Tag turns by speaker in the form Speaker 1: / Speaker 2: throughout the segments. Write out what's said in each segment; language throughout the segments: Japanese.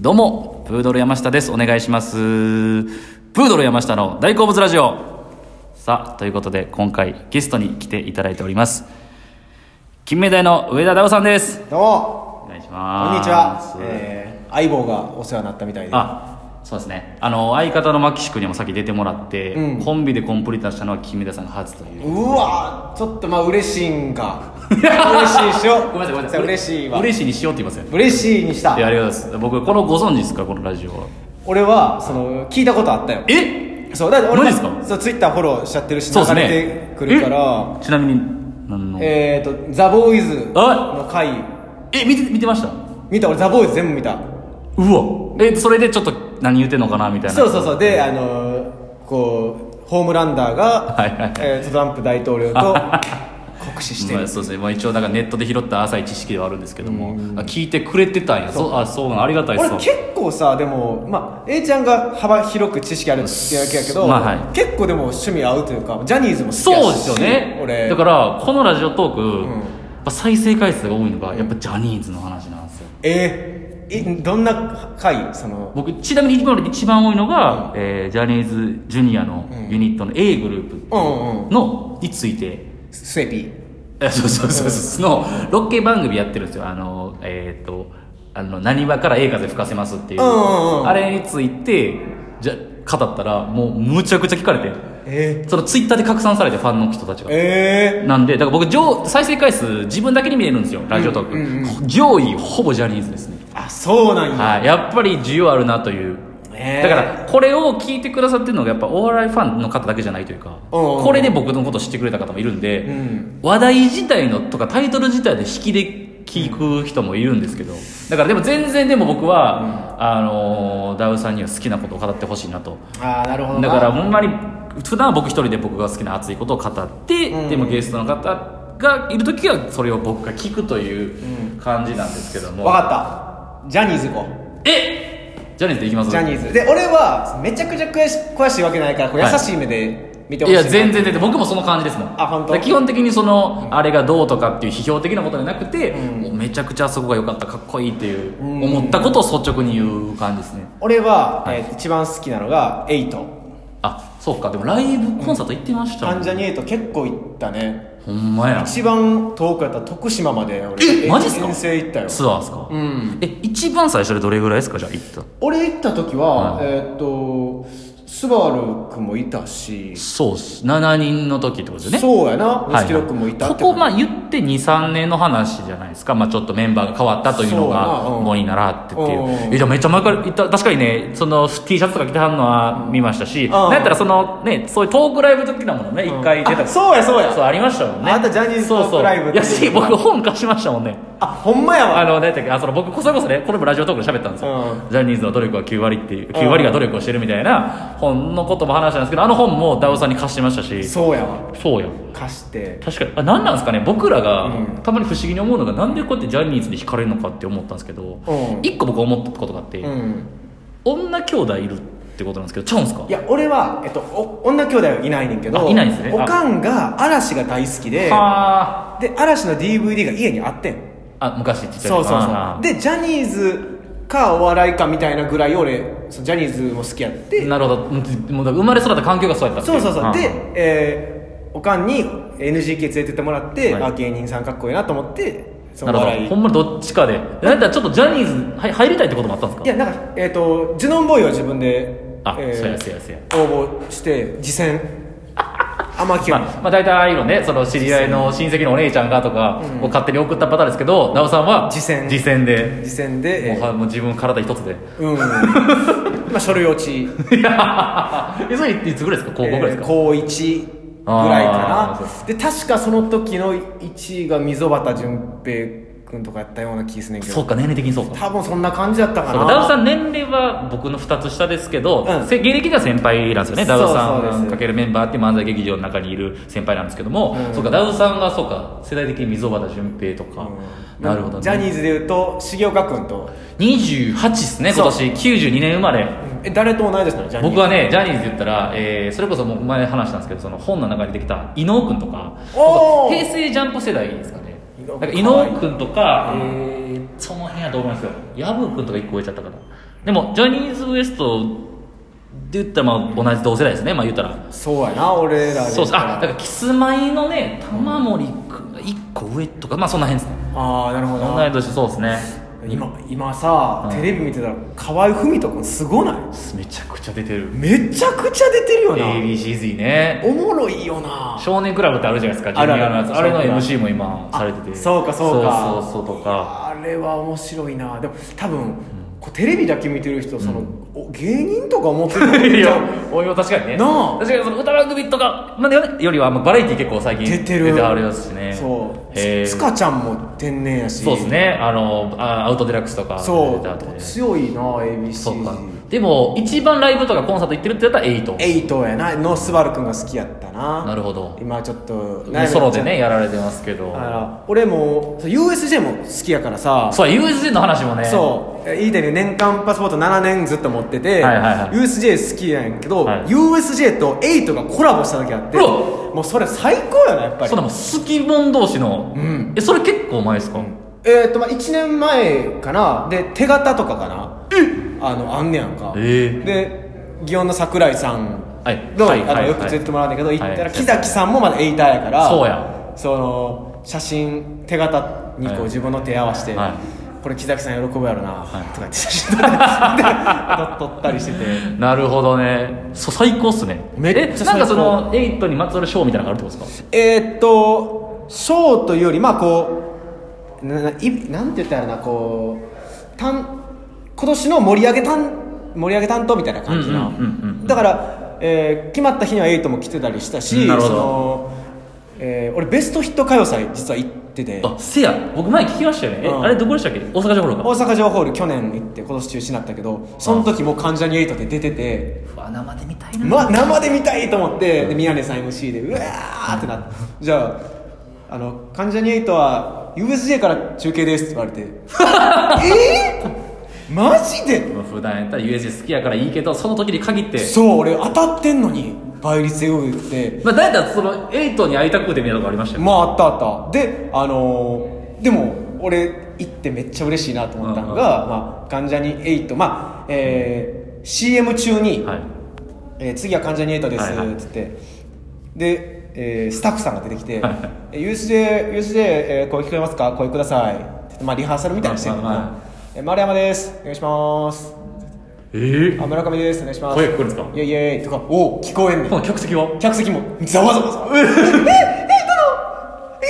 Speaker 1: どうも、プードル山下です。お願いします。プードル山下の大好物ラジオ。さあ、ということで、今回ゲストに来ていただいております。金目鯛の上田太郎さんです。
Speaker 2: どうも
Speaker 1: お願いし
Speaker 2: こん
Speaker 1: ます。
Speaker 2: にちは、えー、相棒がお世話になったみたいであ
Speaker 1: あ、そうですね。あの、相方のマキシ君にもさっき出てもらって、
Speaker 2: うん
Speaker 1: コンビでコンプリートしたのは金目鯛さんが初という。
Speaker 2: うわちょっとまあ嬉しいんか嬉しいしよう
Speaker 1: ごめんなさい、ごめんなさい。
Speaker 2: 嬉しいわ
Speaker 1: 嬉しいにしようって言いますよね。
Speaker 2: 嬉しいにした
Speaker 1: いや、ありがとうございます。僕、このご存知ですか、このラジオは。
Speaker 2: 俺はその聞いたことあったよ
Speaker 1: え
Speaker 2: そうだって俺
Speaker 1: マジですか
Speaker 2: そうツイッターフォローしちゃってるし
Speaker 1: そうです
Speaker 2: 流
Speaker 1: ね
Speaker 2: れてくるから
Speaker 1: えちなみに何のえ
Speaker 2: えっ、ー、とザ・ボーイズの回
Speaker 1: 見て見てました
Speaker 2: 見た俺ザ・ボーイズ全部見た
Speaker 1: うわえそれでちょっと何言ってんのかなみたいな
Speaker 2: そうそうそうであのーこうホームランダーが、
Speaker 1: はいはいはい
Speaker 2: えートランプ大統領と酷使して
Speaker 1: ま
Speaker 2: る
Speaker 1: あ、そうですね、まあ、一応なんかネットで拾った浅い知識ではあるんですけどもあ聞いてくれてたんやそうあそうなんありがたいで
Speaker 2: 俺
Speaker 1: すわ
Speaker 2: 結構さでも、まあ、A ちゃんが幅広く知識あるってわけやけど、
Speaker 1: まあはい
Speaker 2: 結構でも趣味合うというかジャニーズも好きやし
Speaker 1: そうですよね
Speaker 2: 俺
Speaker 1: だからこのラジオトーク、
Speaker 2: ん
Speaker 1: やっぱ再生回数が多いのがやっぱジャニーズの話なんですよ
Speaker 2: えー、いどんな回その
Speaker 1: 僕ちなみに今まで一番多いのが、えージャニーズジュニアのユニットの A グループ
Speaker 2: うんうん
Speaker 1: のについて
Speaker 2: スエピ
Speaker 1: え そうそうそうそうのロッケ番組やってるんですよあのえっ、とあの何話から映画で吹かせますっていう,、
Speaker 2: うんうんうん
Speaker 1: あれについてじゃ語ったらもうむちゃくちゃ聞かれて
Speaker 2: え
Speaker 1: そのツイッターで拡散されてファンの人たち
Speaker 2: ー、
Speaker 1: が
Speaker 2: え
Speaker 1: なんでだから僕上再生回数自分だけに見えるんですよラジオトーク、
Speaker 2: うん
Speaker 1: 上位ほぼジャニーズですね
Speaker 2: ー、あそうなんや、
Speaker 1: はい、やっぱり需要あるなという、
Speaker 2: ねえ
Speaker 1: だからこれを聞いてくださってるのがやっぱお笑いファンの方だけじゃないというか
Speaker 2: うんうん
Speaker 1: これで僕のことを知ってくれた方もいるんで、
Speaker 2: ん
Speaker 1: 話題自体のとかタイトル自体で引きで聞く人もいるんですけどだからでも全然でも僕は、あのーダウさんには好きなことを語ってほしいなと
Speaker 2: ああなるほど
Speaker 1: だ
Speaker 2: な
Speaker 1: からほんまに普段は僕一人で僕が好きな熱いことを語って、
Speaker 2: うん
Speaker 1: でもゲストの方がいる時はそれを僕が聞くという感じなんですけども、
Speaker 2: わかったジャニーズ行こう
Speaker 1: えジャニーズでいきます
Speaker 2: ジャニーズで俺はめちゃくちゃ詳し詳しいわけないからこう優しい目で見てほ
Speaker 1: い
Speaker 2: しい
Speaker 1: や
Speaker 2: な
Speaker 1: 全然全然僕もその感じですもん
Speaker 2: あ本当
Speaker 1: だから基本的にその、あれがどうとかっていう批評的なことじゃなくて、
Speaker 2: うん
Speaker 1: もうめちゃくちゃあそこが良かったかっこいいっていう、
Speaker 2: うん
Speaker 1: 思ったことを率直に言う感じですね
Speaker 2: 俺は、
Speaker 1: はい
Speaker 2: えー一番好きなのがエイト
Speaker 1: あそうかでもライブコンサート行ってましたもん
Speaker 2: 関ジャニエイト結構行ったね
Speaker 1: ほんまや
Speaker 2: 一番遠くやったら徳島まで俺
Speaker 1: えマジっすか
Speaker 2: 遠征行ったよ
Speaker 1: ツアーですか、
Speaker 2: うん
Speaker 1: え一番最初でどれぐらいですかじゃあ行った
Speaker 2: 俺行った時は、
Speaker 1: はい
Speaker 2: えーっとスバル君もいたし
Speaker 1: そうっす7人の時ってことですよね
Speaker 2: そうやな
Speaker 1: はいはい
Speaker 2: 錦君もいたって
Speaker 1: ここま
Speaker 2: あ
Speaker 1: あ言って23年の話じゃないですか、まあ、ちょっとメンバーが変わったというのが
Speaker 2: そうやなうん
Speaker 1: 主に習ってっていう、
Speaker 2: うん
Speaker 1: えじゃあめっちゃ前から言った確かにねその T シャツとか着てはんのは見ましたし、
Speaker 2: ん
Speaker 1: なんやったらそのねそういうトークライブ的なものね一回出たそう
Speaker 2: そうやそうや
Speaker 1: ありましたもんね
Speaker 2: あなたジャニーズトークライブっていう
Speaker 1: そうそういやし僕本貸しましたもんね
Speaker 2: あほんまや
Speaker 1: あの、
Speaker 2: わ
Speaker 1: ね、あその僕、こそこそね、これもラジオトークで喋ったんですよ、ジャニーズの努力は9割っていう、9割が努力をしてるみたいな本のことも話したんですけど、あの本もダウさんに貸してましたし、
Speaker 2: そうやわ
Speaker 1: そうよ。
Speaker 2: 貸して
Speaker 1: 確かにあ何なんですかね僕らが、
Speaker 2: うん
Speaker 1: たまに不思議に思うのがなんでこうやってジャニーズに惹かれるのかって思ったんですけど、
Speaker 2: うん
Speaker 1: 一個僕思ったことがあって、
Speaker 2: うん
Speaker 1: 女兄弟いるってことなんですけどちゃうんですか
Speaker 2: いや俺は、えっと、お女兄弟はいないねんけど
Speaker 1: あいないんですね
Speaker 2: おかんが嵐が大好きで
Speaker 1: は
Speaker 2: で嵐の DVD が家にあってん
Speaker 1: ああ昔ちっちゃい時
Speaker 2: そうそう
Speaker 1: あ
Speaker 2: そう
Speaker 1: ー
Speaker 2: でジャニーズかお笑いかみたいなぐらい俺そうジャニーズも好きやって
Speaker 1: なるほどうんもうだから生まれ育った環境がそうやったってい
Speaker 2: そうそうそう
Speaker 1: あー
Speaker 2: で、えーおかんに NGK 連れてってもらって、
Speaker 1: はい
Speaker 2: あ芸人さんかっこいいなと思ってそ
Speaker 1: な
Speaker 2: の
Speaker 1: るほ
Speaker 2: 笑
Speaker 1: ど
Speaker 2: い
Speaker 1: ほんまにどっちかでなんだちょっとジャニーズはい入りたいってこともあったんですか
Speaker 2: いやなんかえっ、とジュノンボーイは自分で、
Speaker 1: あ、
Speaker 2: えー
Speaker 1: そうやそうやそうや
Speaker 2: 応募して 次戦天城
Speaker 1: まあ、まあ大体ああいうのねその知り合いの親戚のお姉ちゃんがとかを勝手に送ったパターンですけど、なおさんは
Speaker 2: 次戦
Speaker 1: 次戦で
Speaker 2: 次戦で、え
Speaker 1: もう
Speaker 2: ー
Speaker 1: はもう自分体一つで
Speaker 2: うんまあ書類落ち
Speaker 1: いやえそれいつぐらいですか高校ぐらいです
Speaker 2: えー
Speaker 1: か、
Speaker 2: 高1ぐらい
Speaker 1: あ
Speaker 2: か
Speaker 1: ーそう
Speaker 2: なで確かその時の1位が溝端淳平君とかやったような気すんねんけ
Speaker 1: そう
Speaker 2: ど
Speaker 1: か年齢的にそうか
Speaker 2: 多分そんな感じだったか
Speaker 1: そう
Speaker 2: な
Speaker 1: かダウさん年齢は僕の2つ下ですけど、
Speaker 2: うん
Speaker 1: せ芸歴が先輩なんですよね
Speaker 2: そ
Speaker 1: ダ
Speaker 2: う
Speaker 1: ウさ
Speaker 2: そう
Speaker 1: ん
Speaker 2: です
Speaker 1: かけるメンバーって漫才劇場の中にいる先輩なんですけども、
Speaker 2: うん
Speaker 1: そうかダウさんがそうか世代的に溝端淳平とか、
Speaker 2: うん
Speaker 1: なるほど、ね、
Speaker 2: ジャニーズでいうと重岡君と
Speaker 1: 28ですね今年92年生まれ
Speaker 2: え誰と同い年なのジャニーズ
Speaker 1: 僕はねジャニーズで言ったら、えーそれこそもう前話したんですけどその本の中に出てきた伊野尾君とか
Speaker 2: おー
Speaker 1: 平成ジャンプ世代ですかね
Speaker 2: 伊
Speaker 1: な
Speaker 2: 野
Speaker 1: ん
Speaker 2: 尾君
Speaker 1: か伊野尾君とか、えーその辺はどう思いますよ薮君とか1個超えちゃったからでもジャニーズ WEST で言ったらまあ同じ同世代ですねまあ言ったら
Speaker 2: そうやな俺らで
Speaker 1: そう
Speaker 2: 言
Speaker 1: で
Speaker 2: っ
Speaker 1: す
Speaker 2: たら
Speaker 1: あだからキスマイのね玉森君が1個上とかまあそんな辺ですね
Speaker 2: ああなるほど
Speaker 1: 同
Speaker 2: ない
Speaker 1: 年そうですね
Speaker 2: 今今さ、
Speaker 1: うん
Speaker 2: テレビ見てたら河合文人君すごない
Speaker 1: めちゃくちゃ出てる
Speaker 2: めちゃくちゃ出てるよな、
Speaker 1: ABCZ ね
Speaker 2: おもろいよな
Speaker 1: 少年クラブってあるじゃないですか
Speaker 2: あ
Speaker 1: ジ
Speaker 2: る
Speaker 1: ュニ
Speaker 2: ある
Speaker 1: アのやつあれの MC も今
Speaker 2: あ
Speaker 1: されてて
Speaker 2: そうかそう
Speaker 1: そ
Speaker 2: か
Speaker 1: うそうそうと か
Speaker 2: あれは面白いなでも多分、こうテレビだけ見てる人その、お芸人とか思ってる人
Speaker 1: い
Speaker 2: じ
Speaker 1: や
Speaker 2: ゃ ん
Speaker 1: 俺も確かにね
Speaker 2: なあ
Speaker 1: 確かにその歌番組とかまでよねよりはまあバラエティ結構最近
Speaker 2: 出てる
Speaker 1: 出てありますしね
Speaker 2: そう
Speaker 1: へえ
Speaker 2: つかちゃんも天然やし
Speaker 1: そうですねあのあアウトデラックスとか
Speaker 2: そ
Speaker 1: 出
Speaker 2: う
Speaker 1: てあってね
Speaker 2: 強いな ABC
Speaker 1: そうかでも一番ライブとかコンサート行ってるってやったらエイト
Speaker 2: エイトやなのスバル君が好きやったな
Speaker 1: なるほど
Speaker 2: 今ちょっと
Speaker 1: ソロでねやられてますけど
Speaker 2: だから俺もそう USJ も好きやからさ
Speaker 1: そう USJ の話もね
Speaker 2: そういいね年間パスポート7年ずっと持ってて、
Speaker 1: はいはいはい
Speaker 2: USJ 好きやんやけど、
Speaker 1: はい
Speaker 2: USJ とエイトがコラボした時あって
Speaker 1: うわ
Speaker 2: もうそれ最高やなやっぱり
Speaker 1: そうなの好き者同士の
Speaker 2: ん
Speaker 1: えそれ結構前ですか
Speaker 2: えっ、とまあ1年前かなで手形とかかなあのあんねやんか、
Speaker 1: ええ
Speaker 2: で祇園の桜井さん
Speaker 1: はい
Speaker 2: の、
Speaker 1: はい
Speaker 2: あ
Speaker 1: は
Speaker 2: の
Speaker 1: い
Speaker 2: よく連れてもらうんだけど、
Speaker 1: はい
Speaker 2: 行ったら木崎さんもまだエイターやから
Speaker 1: そうや
Speaker 2: その写真手形に
Speaker 1: は
Speaker 2: こ
Speaker 1: いう
Speaker 2: 自分の手合わせて、
Speaker 1: はい
Speaker 2: これ木崎さん喜ぶやろな、
Speaker 1: い
Speaker 2: とかって写真撮って撮ったりしてて
Speaker 1: なるほどねそう最高っすね
Speaker 2: めっちゃ
Speaker 1: え
Speaker 2: 最高
Speaker 1: なんかそのエイトにまつわるショーみたいなのがあるってことですか
Speaker 2: えーっとショーというよりまあこうなないなんて言ったらいいのかなこうたん今年の盛り上げたん盛り上げ担当みたいな感じな、
Speaker 1: うんうんうんうん
Speaker 2: だから、えー決まった日にはエイトも来てたりしたし、
Speaker 1: うんなるほ
Speaker 2: そ
Speaker 1: ど
Speaker 2: のえー俺ベストヒット歌謡祭実は行ってて
Speaker 1: あせや僕前聞きましたよねえ
Speaker 2: うん
Speaker 1: あれどこでしたっけ大阪城ホール
Speaker 2: 大
Speaker 1: か
Speaker 2: 阪城ホール去年行って今年中止になったけどその時もう関ジャニエイトって出てて、
Speaker 1: うわ生で見たいな
Speaker 2: ま、生で見たいと思ってで宮根さん MC でうわーってなってじゃああの関ジャニエイトは USJ から中継ですって言われ てえー、マジで
Speaker 1: 普段やったら USJ 好きやからいいけどその時に限って
Speaker 2: そう俺当たってんのに倍率エグいって
Speaker 1: まあだいたいそのエイトに会いたくてみたいなとこありましたよ
Speaker 2: まああったあったであのーでも俺行ってめっちゃ嬉しいなと思ったのが、まあ、関ジャニエイトまあえー CM 中に、
Speaker 1: はい
Speaker 2: えー次は関ジャニエイトです」
Speaker 1: はいはい
Speaker 2: っつってで、えースタッフさんが出てきて
Speaker 1: はい
Speaker 2: 「えー USJ, USJ、えー声聞こえますか声ください」って言ってまあ、リハーサルみたいにしてるのか
Speaker 1: はいはいは
Speaker 2: な「えー丸山ですお願いします」
Speaker 1: ええ
Speaker 2: あ「村上ですお願いします」
Speaker 1: 声聞こえるんですか
Speaker 2: イエイイエイ」とか「おう聞こえんねん
Speaker 1: この客席は
Speaker 2: 客席もざわざわざわ「ええええ人のえ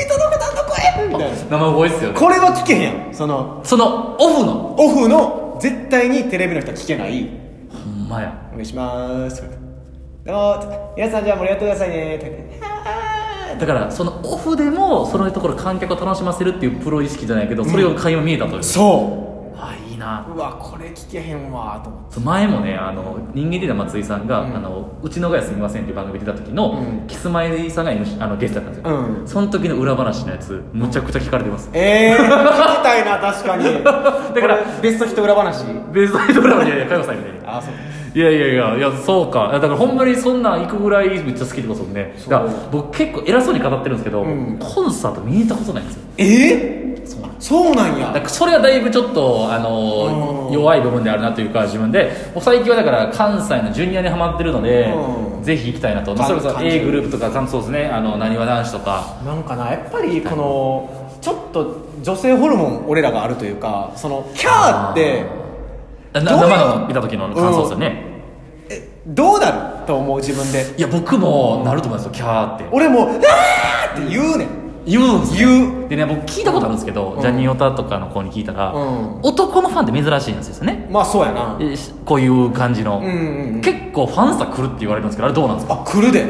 Speaker 2: 人の方の声!」みたいな
Speaker 1: 生声ですよね
Speaker 2: これは聞けへんやんその
Speaker 1: そのオフの
Speaker 2: オフの絶対にテレビの人は聞けない
Speaker 1: ほんまや
Speaker 2: お願いしますどうも皆さんじゃあ盛り上がってくださいねとか言って
Speaker 1: だからそのオフでもそのところ観客を楽しませるっていうプロ意識じゃないけどそれを垣間見えたという、
Speaker 2: そ
Speaker 1: あいいな
Speaker 2: ううわこれ聞けへんわと思って
Speaker 1: そう前もねあの人間的な松井さんが「
Speaker 2: うん
Speaker 1: あのうちのがやすみません」っていう番組出た時の、
Speaker 2: うん
Speaker 1: キスマイさんが MC あのゲストだったんですよ、
Speaker 2: うん
Speaker 1: その時の裏話のやつむちゃくちゃ聞かれてます、
Speaker 2: ええー、聞きたいな確かに だ
Speaker 1: から
Speaker 2: ベストヒット裏話
Speaker 1: ベースアイドラマいやいや佳代さんみたいに
Speaker 2: あそう
Speaker 1: いやいやいやいやそうかだからほんまにそんなん行くぐらいめっちゃ好きってことですもんね
Speaker 2: そう
Speaker 1: だから僕結構偉そうに語ってるんですけど、
Speaker 2: うん
Speaker 1: コンサート見に行ったことないんですよ
Speaker 2: ええ
Speaker 1: そうなん
Speaker 2: そうなん
Speaker 1: だか
Speaker 2: や
Speaker 1: らそれはだいぶちょっと、あの
Speaker 2: うん
Speaker 1: 弱い部分であるなというか自分でもう最近はだから関西のジュニアにハマってるので、
Speaker 2: うん
Speaker 1: ぜひ行きたいなと、まあ、それ
Speaker 2: 関
Speaker 1: こそ
Speaker 2: 関ジュ
Speaker 1: A グループとかそうですねあのなにわ男子とか
Speaker 2: なんかなやっぱりこのちょっと女性ホルモン俺らがあるというかそのキャーって
Speaker 1: な
Speaker 2: どういう
Speaker 1: 生の見た時の感想ですよね、
Speaker 2: えどうなると思う自分で
Speaker 1: いや僕もなると思いますよキャーって
Speaker 2: 俺もう「あー!」って言うねん
Speaker 1: 言うんですよ
Speaker 2: 言う
Speaker 1: でね僕聞いたことあるんですけど、
Speaker 2: うん
Speaker 1: ジャニオタとかの子に聞いたら、
Speaker 2: うん
Speaker 1: 男のファンって珍しいんですよね
Speaker 2: まあそうやな
Speaker 1: えしこういう感じの、
Speaker 2: うんうんうん
Speaker 1: 結構ファンさ来るって言われるんですけどあれどうなんですか
Speaker 2: あ来るで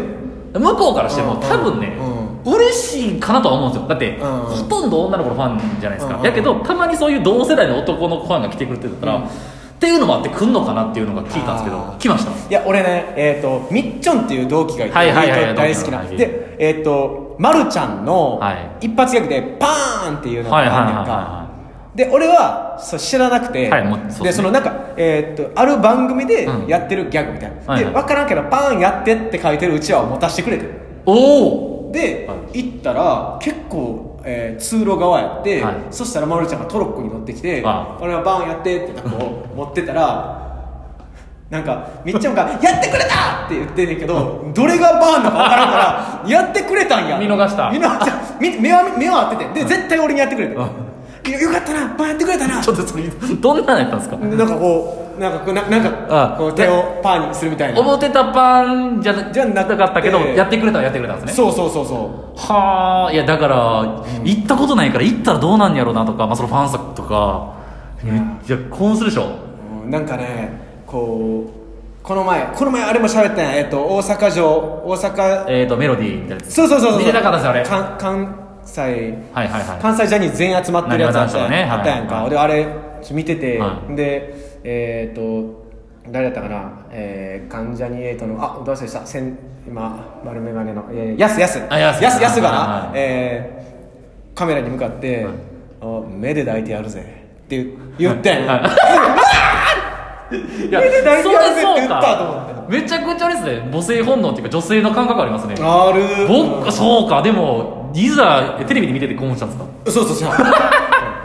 Speaker 1: 向こうからしても
Speaker 2: うん
Speaker 1: 多分ね、嬉しいかなとは思うんですよだって、
Speaker 2: うん
Speaker 1: ほとんど女の子のファンじゃないですか、
Speaker 2: うん
Speaker 1: やけどたまにそういう同世代の男の子ファンが来てくれてたら、
Speaker 2: うん
Speaker 1: っていうのもあって来んのかなっていうのが聞いたんですけど
Speaker 2: あー
Speaker 1: 来ました
Speaker 2: いや俺ねえっ、とみっちょんっていう同期がいて、
Speaker 1: はいはいはいはい
Speaker 2: 大好きな
Speaker 1: 同期の
Speaker 2: でえっ、と、ま、るちゃんの
Speaker 1: はい
Speaker 2: 一発ギャグでパーンっていうのが
Speaker 1: はいはいはい
Speaker 2: あ
Speaker 1: は
Speaker 2: んね
Speaker 1: い
Speaker 2: んか、
Speaker 1: は
Speaker 2: で俺はそう知らなくて、
Speaker 1: はいもうそう
Speaker 2: でそのなんか、えっとある番組で
Speaker 1: うん
Speaker 2: やってるギャグみたいな、
Speaker 1: はい
Speaker 2: で
Speaker 1: はい
Speaker 2: 分からんけどパーンやってって書いてるうちわを持たせてくれて
Speaker 1: いおお
Speaker 2: で、行ったら結構、ええー通路側やって、
Speaker 1: はい
Speaker 2: そしたらまるちゃんがトロッコに乗ってきて
Speaker 1: あ
Speaker 2: 俺はバーンやって」ってこう 持ってたらなんか みっちゃんが「やってくれた!」って言ってんねんけどどれがバーンだか分からんか ら「やってくれたんや」
Speaker 1: 見逃した
Speaker 2: 見逃したみ目は目は合っててで絶対俺にやってくれて
Speaker 1: あ
Speaker 2: 「いやよかったなバーンやってくれたな」
Speaker 1: ちょっとそれどんなのやったんですか
Speaker 2: でなんかこうなんかこうななんか
Speaker 1: あ
Speaker 2: こう手をパーにするみたいな
Speaker 1: 思ってたパンじゃ
Speaker 2: じゃな
Speaker 1: な
Speaker 2: くて
Speaker 1: かったけどやってくれたらやってくれたんですね
Speaker 2: そうそうそうそ
Speaker 1: はあいやだから行ったことないから行ったらどうなんやろうなとか、まあ、そのファン作とかめっちゃ興奮するでしょ
Speaker 2: ううんなんかねこうこの前この前あれも喋ったんやえっと大阪城大阪
Speaker 1: えっ、ー、とメロディーみたいなやつ
Speaker 2: そうそうそうそう
Speaker 1: 見てなかったんですよあれ
Speaker 2: かん関西
Speaker 1: はいはいはい
Speaker 2: 関西ジャニーズ全員集まってるやつあった,、
Speaker 1: なにわ男子
Speaker 2: あっ
Speaker 1: のね
Speaker 2: たやんか、
Speaker 1: はい
Speaker 2: 俺あれちょ見てて、
Speaker 1: はい
Speaker 2: でえっ、と誰だったかな、えー、関ジャニエイトのあどうしたせん今丸眼鏡の、えー、やすやす
Speaker 1: あやす
Speaker 2: やすやすがな、
Speaker 1: はいはい
Speaker 2: えーカメラに向かって、
Speaker 1: はい
Speaker 2: あ目で抱いてやるぜって言ってん、
Speaker 1: はいいや
Speaker 2: 見てた
Speaker 1: そ
Speaker 2: やつ
Speaker 1: れ
Speaker 2: って
Speaker 1: そ
Speaker 2: 言
Speaker 1: う
Speaker 2: ったと思って
Speaker 1: かめちゃくちゃあれですね母性本能っていうか女性の感覚ありますね
Speaker 2: ある
Speaker 1: 僕そうかでもいざえテレビで見てて興奮したんですか
Speaker 2: そうそう そう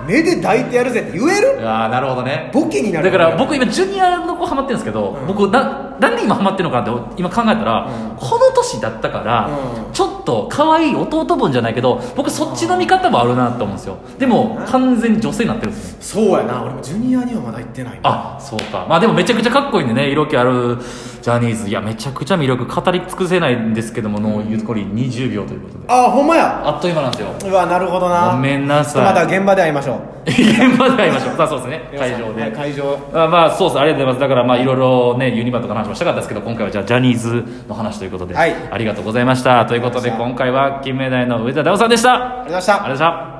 Speaker 2: 目で抱いてやるぜって言える
Speaker 1: ああなるほどね
Speaker 2: ボケになる
Speaker 1: だから僕今ジュニアの子ハマってるんですけど、僕ななんで今ハマってるのかなって今考えたら、この年だったから、
Speaker 2: うん
Speaker 1: ちょっと可愛い弟分じゃないけど僕そっちの見方もあるなと思うんですよでも完全に女性になってるんですね
Speaker 2: そうやな俺もジュニアにはまだ行ってないな
Speaker 1: あそうかまあでもめちゃくちゃかっこいいんでね色気あるジャニーズいやめちゃくちゃ魅力語り尽くせないんですけどものゆうこり20秒ということで
Speaker 2: あほんまや
Speaker 1: あっという間なんですよ
Speaker 2: うわなるほどな
Speaker 1: ごめんなさい
Speaker 2: ちょっとまた現場で会いましょう
Speaker 1: 現場で会いましょうさあそうですね会場
Speaker 2: は
Speaker 1: で
Speaker 2: い会場
Speaker 1: あまあそうですありがとうございますだからまあいろいろねユニバとかの話もしたかったですけど今回はじゃあジャニーズの話ということで、
Speaker 2: はい
Speaker 1: ありがとうございましたということで
Speaker 2: ありがとうございました
Speaker 1: 今回は金目鯛の上田大夫さんでしたありがとう
Speaker 2: ありがとうございました
Speaker 1: ございました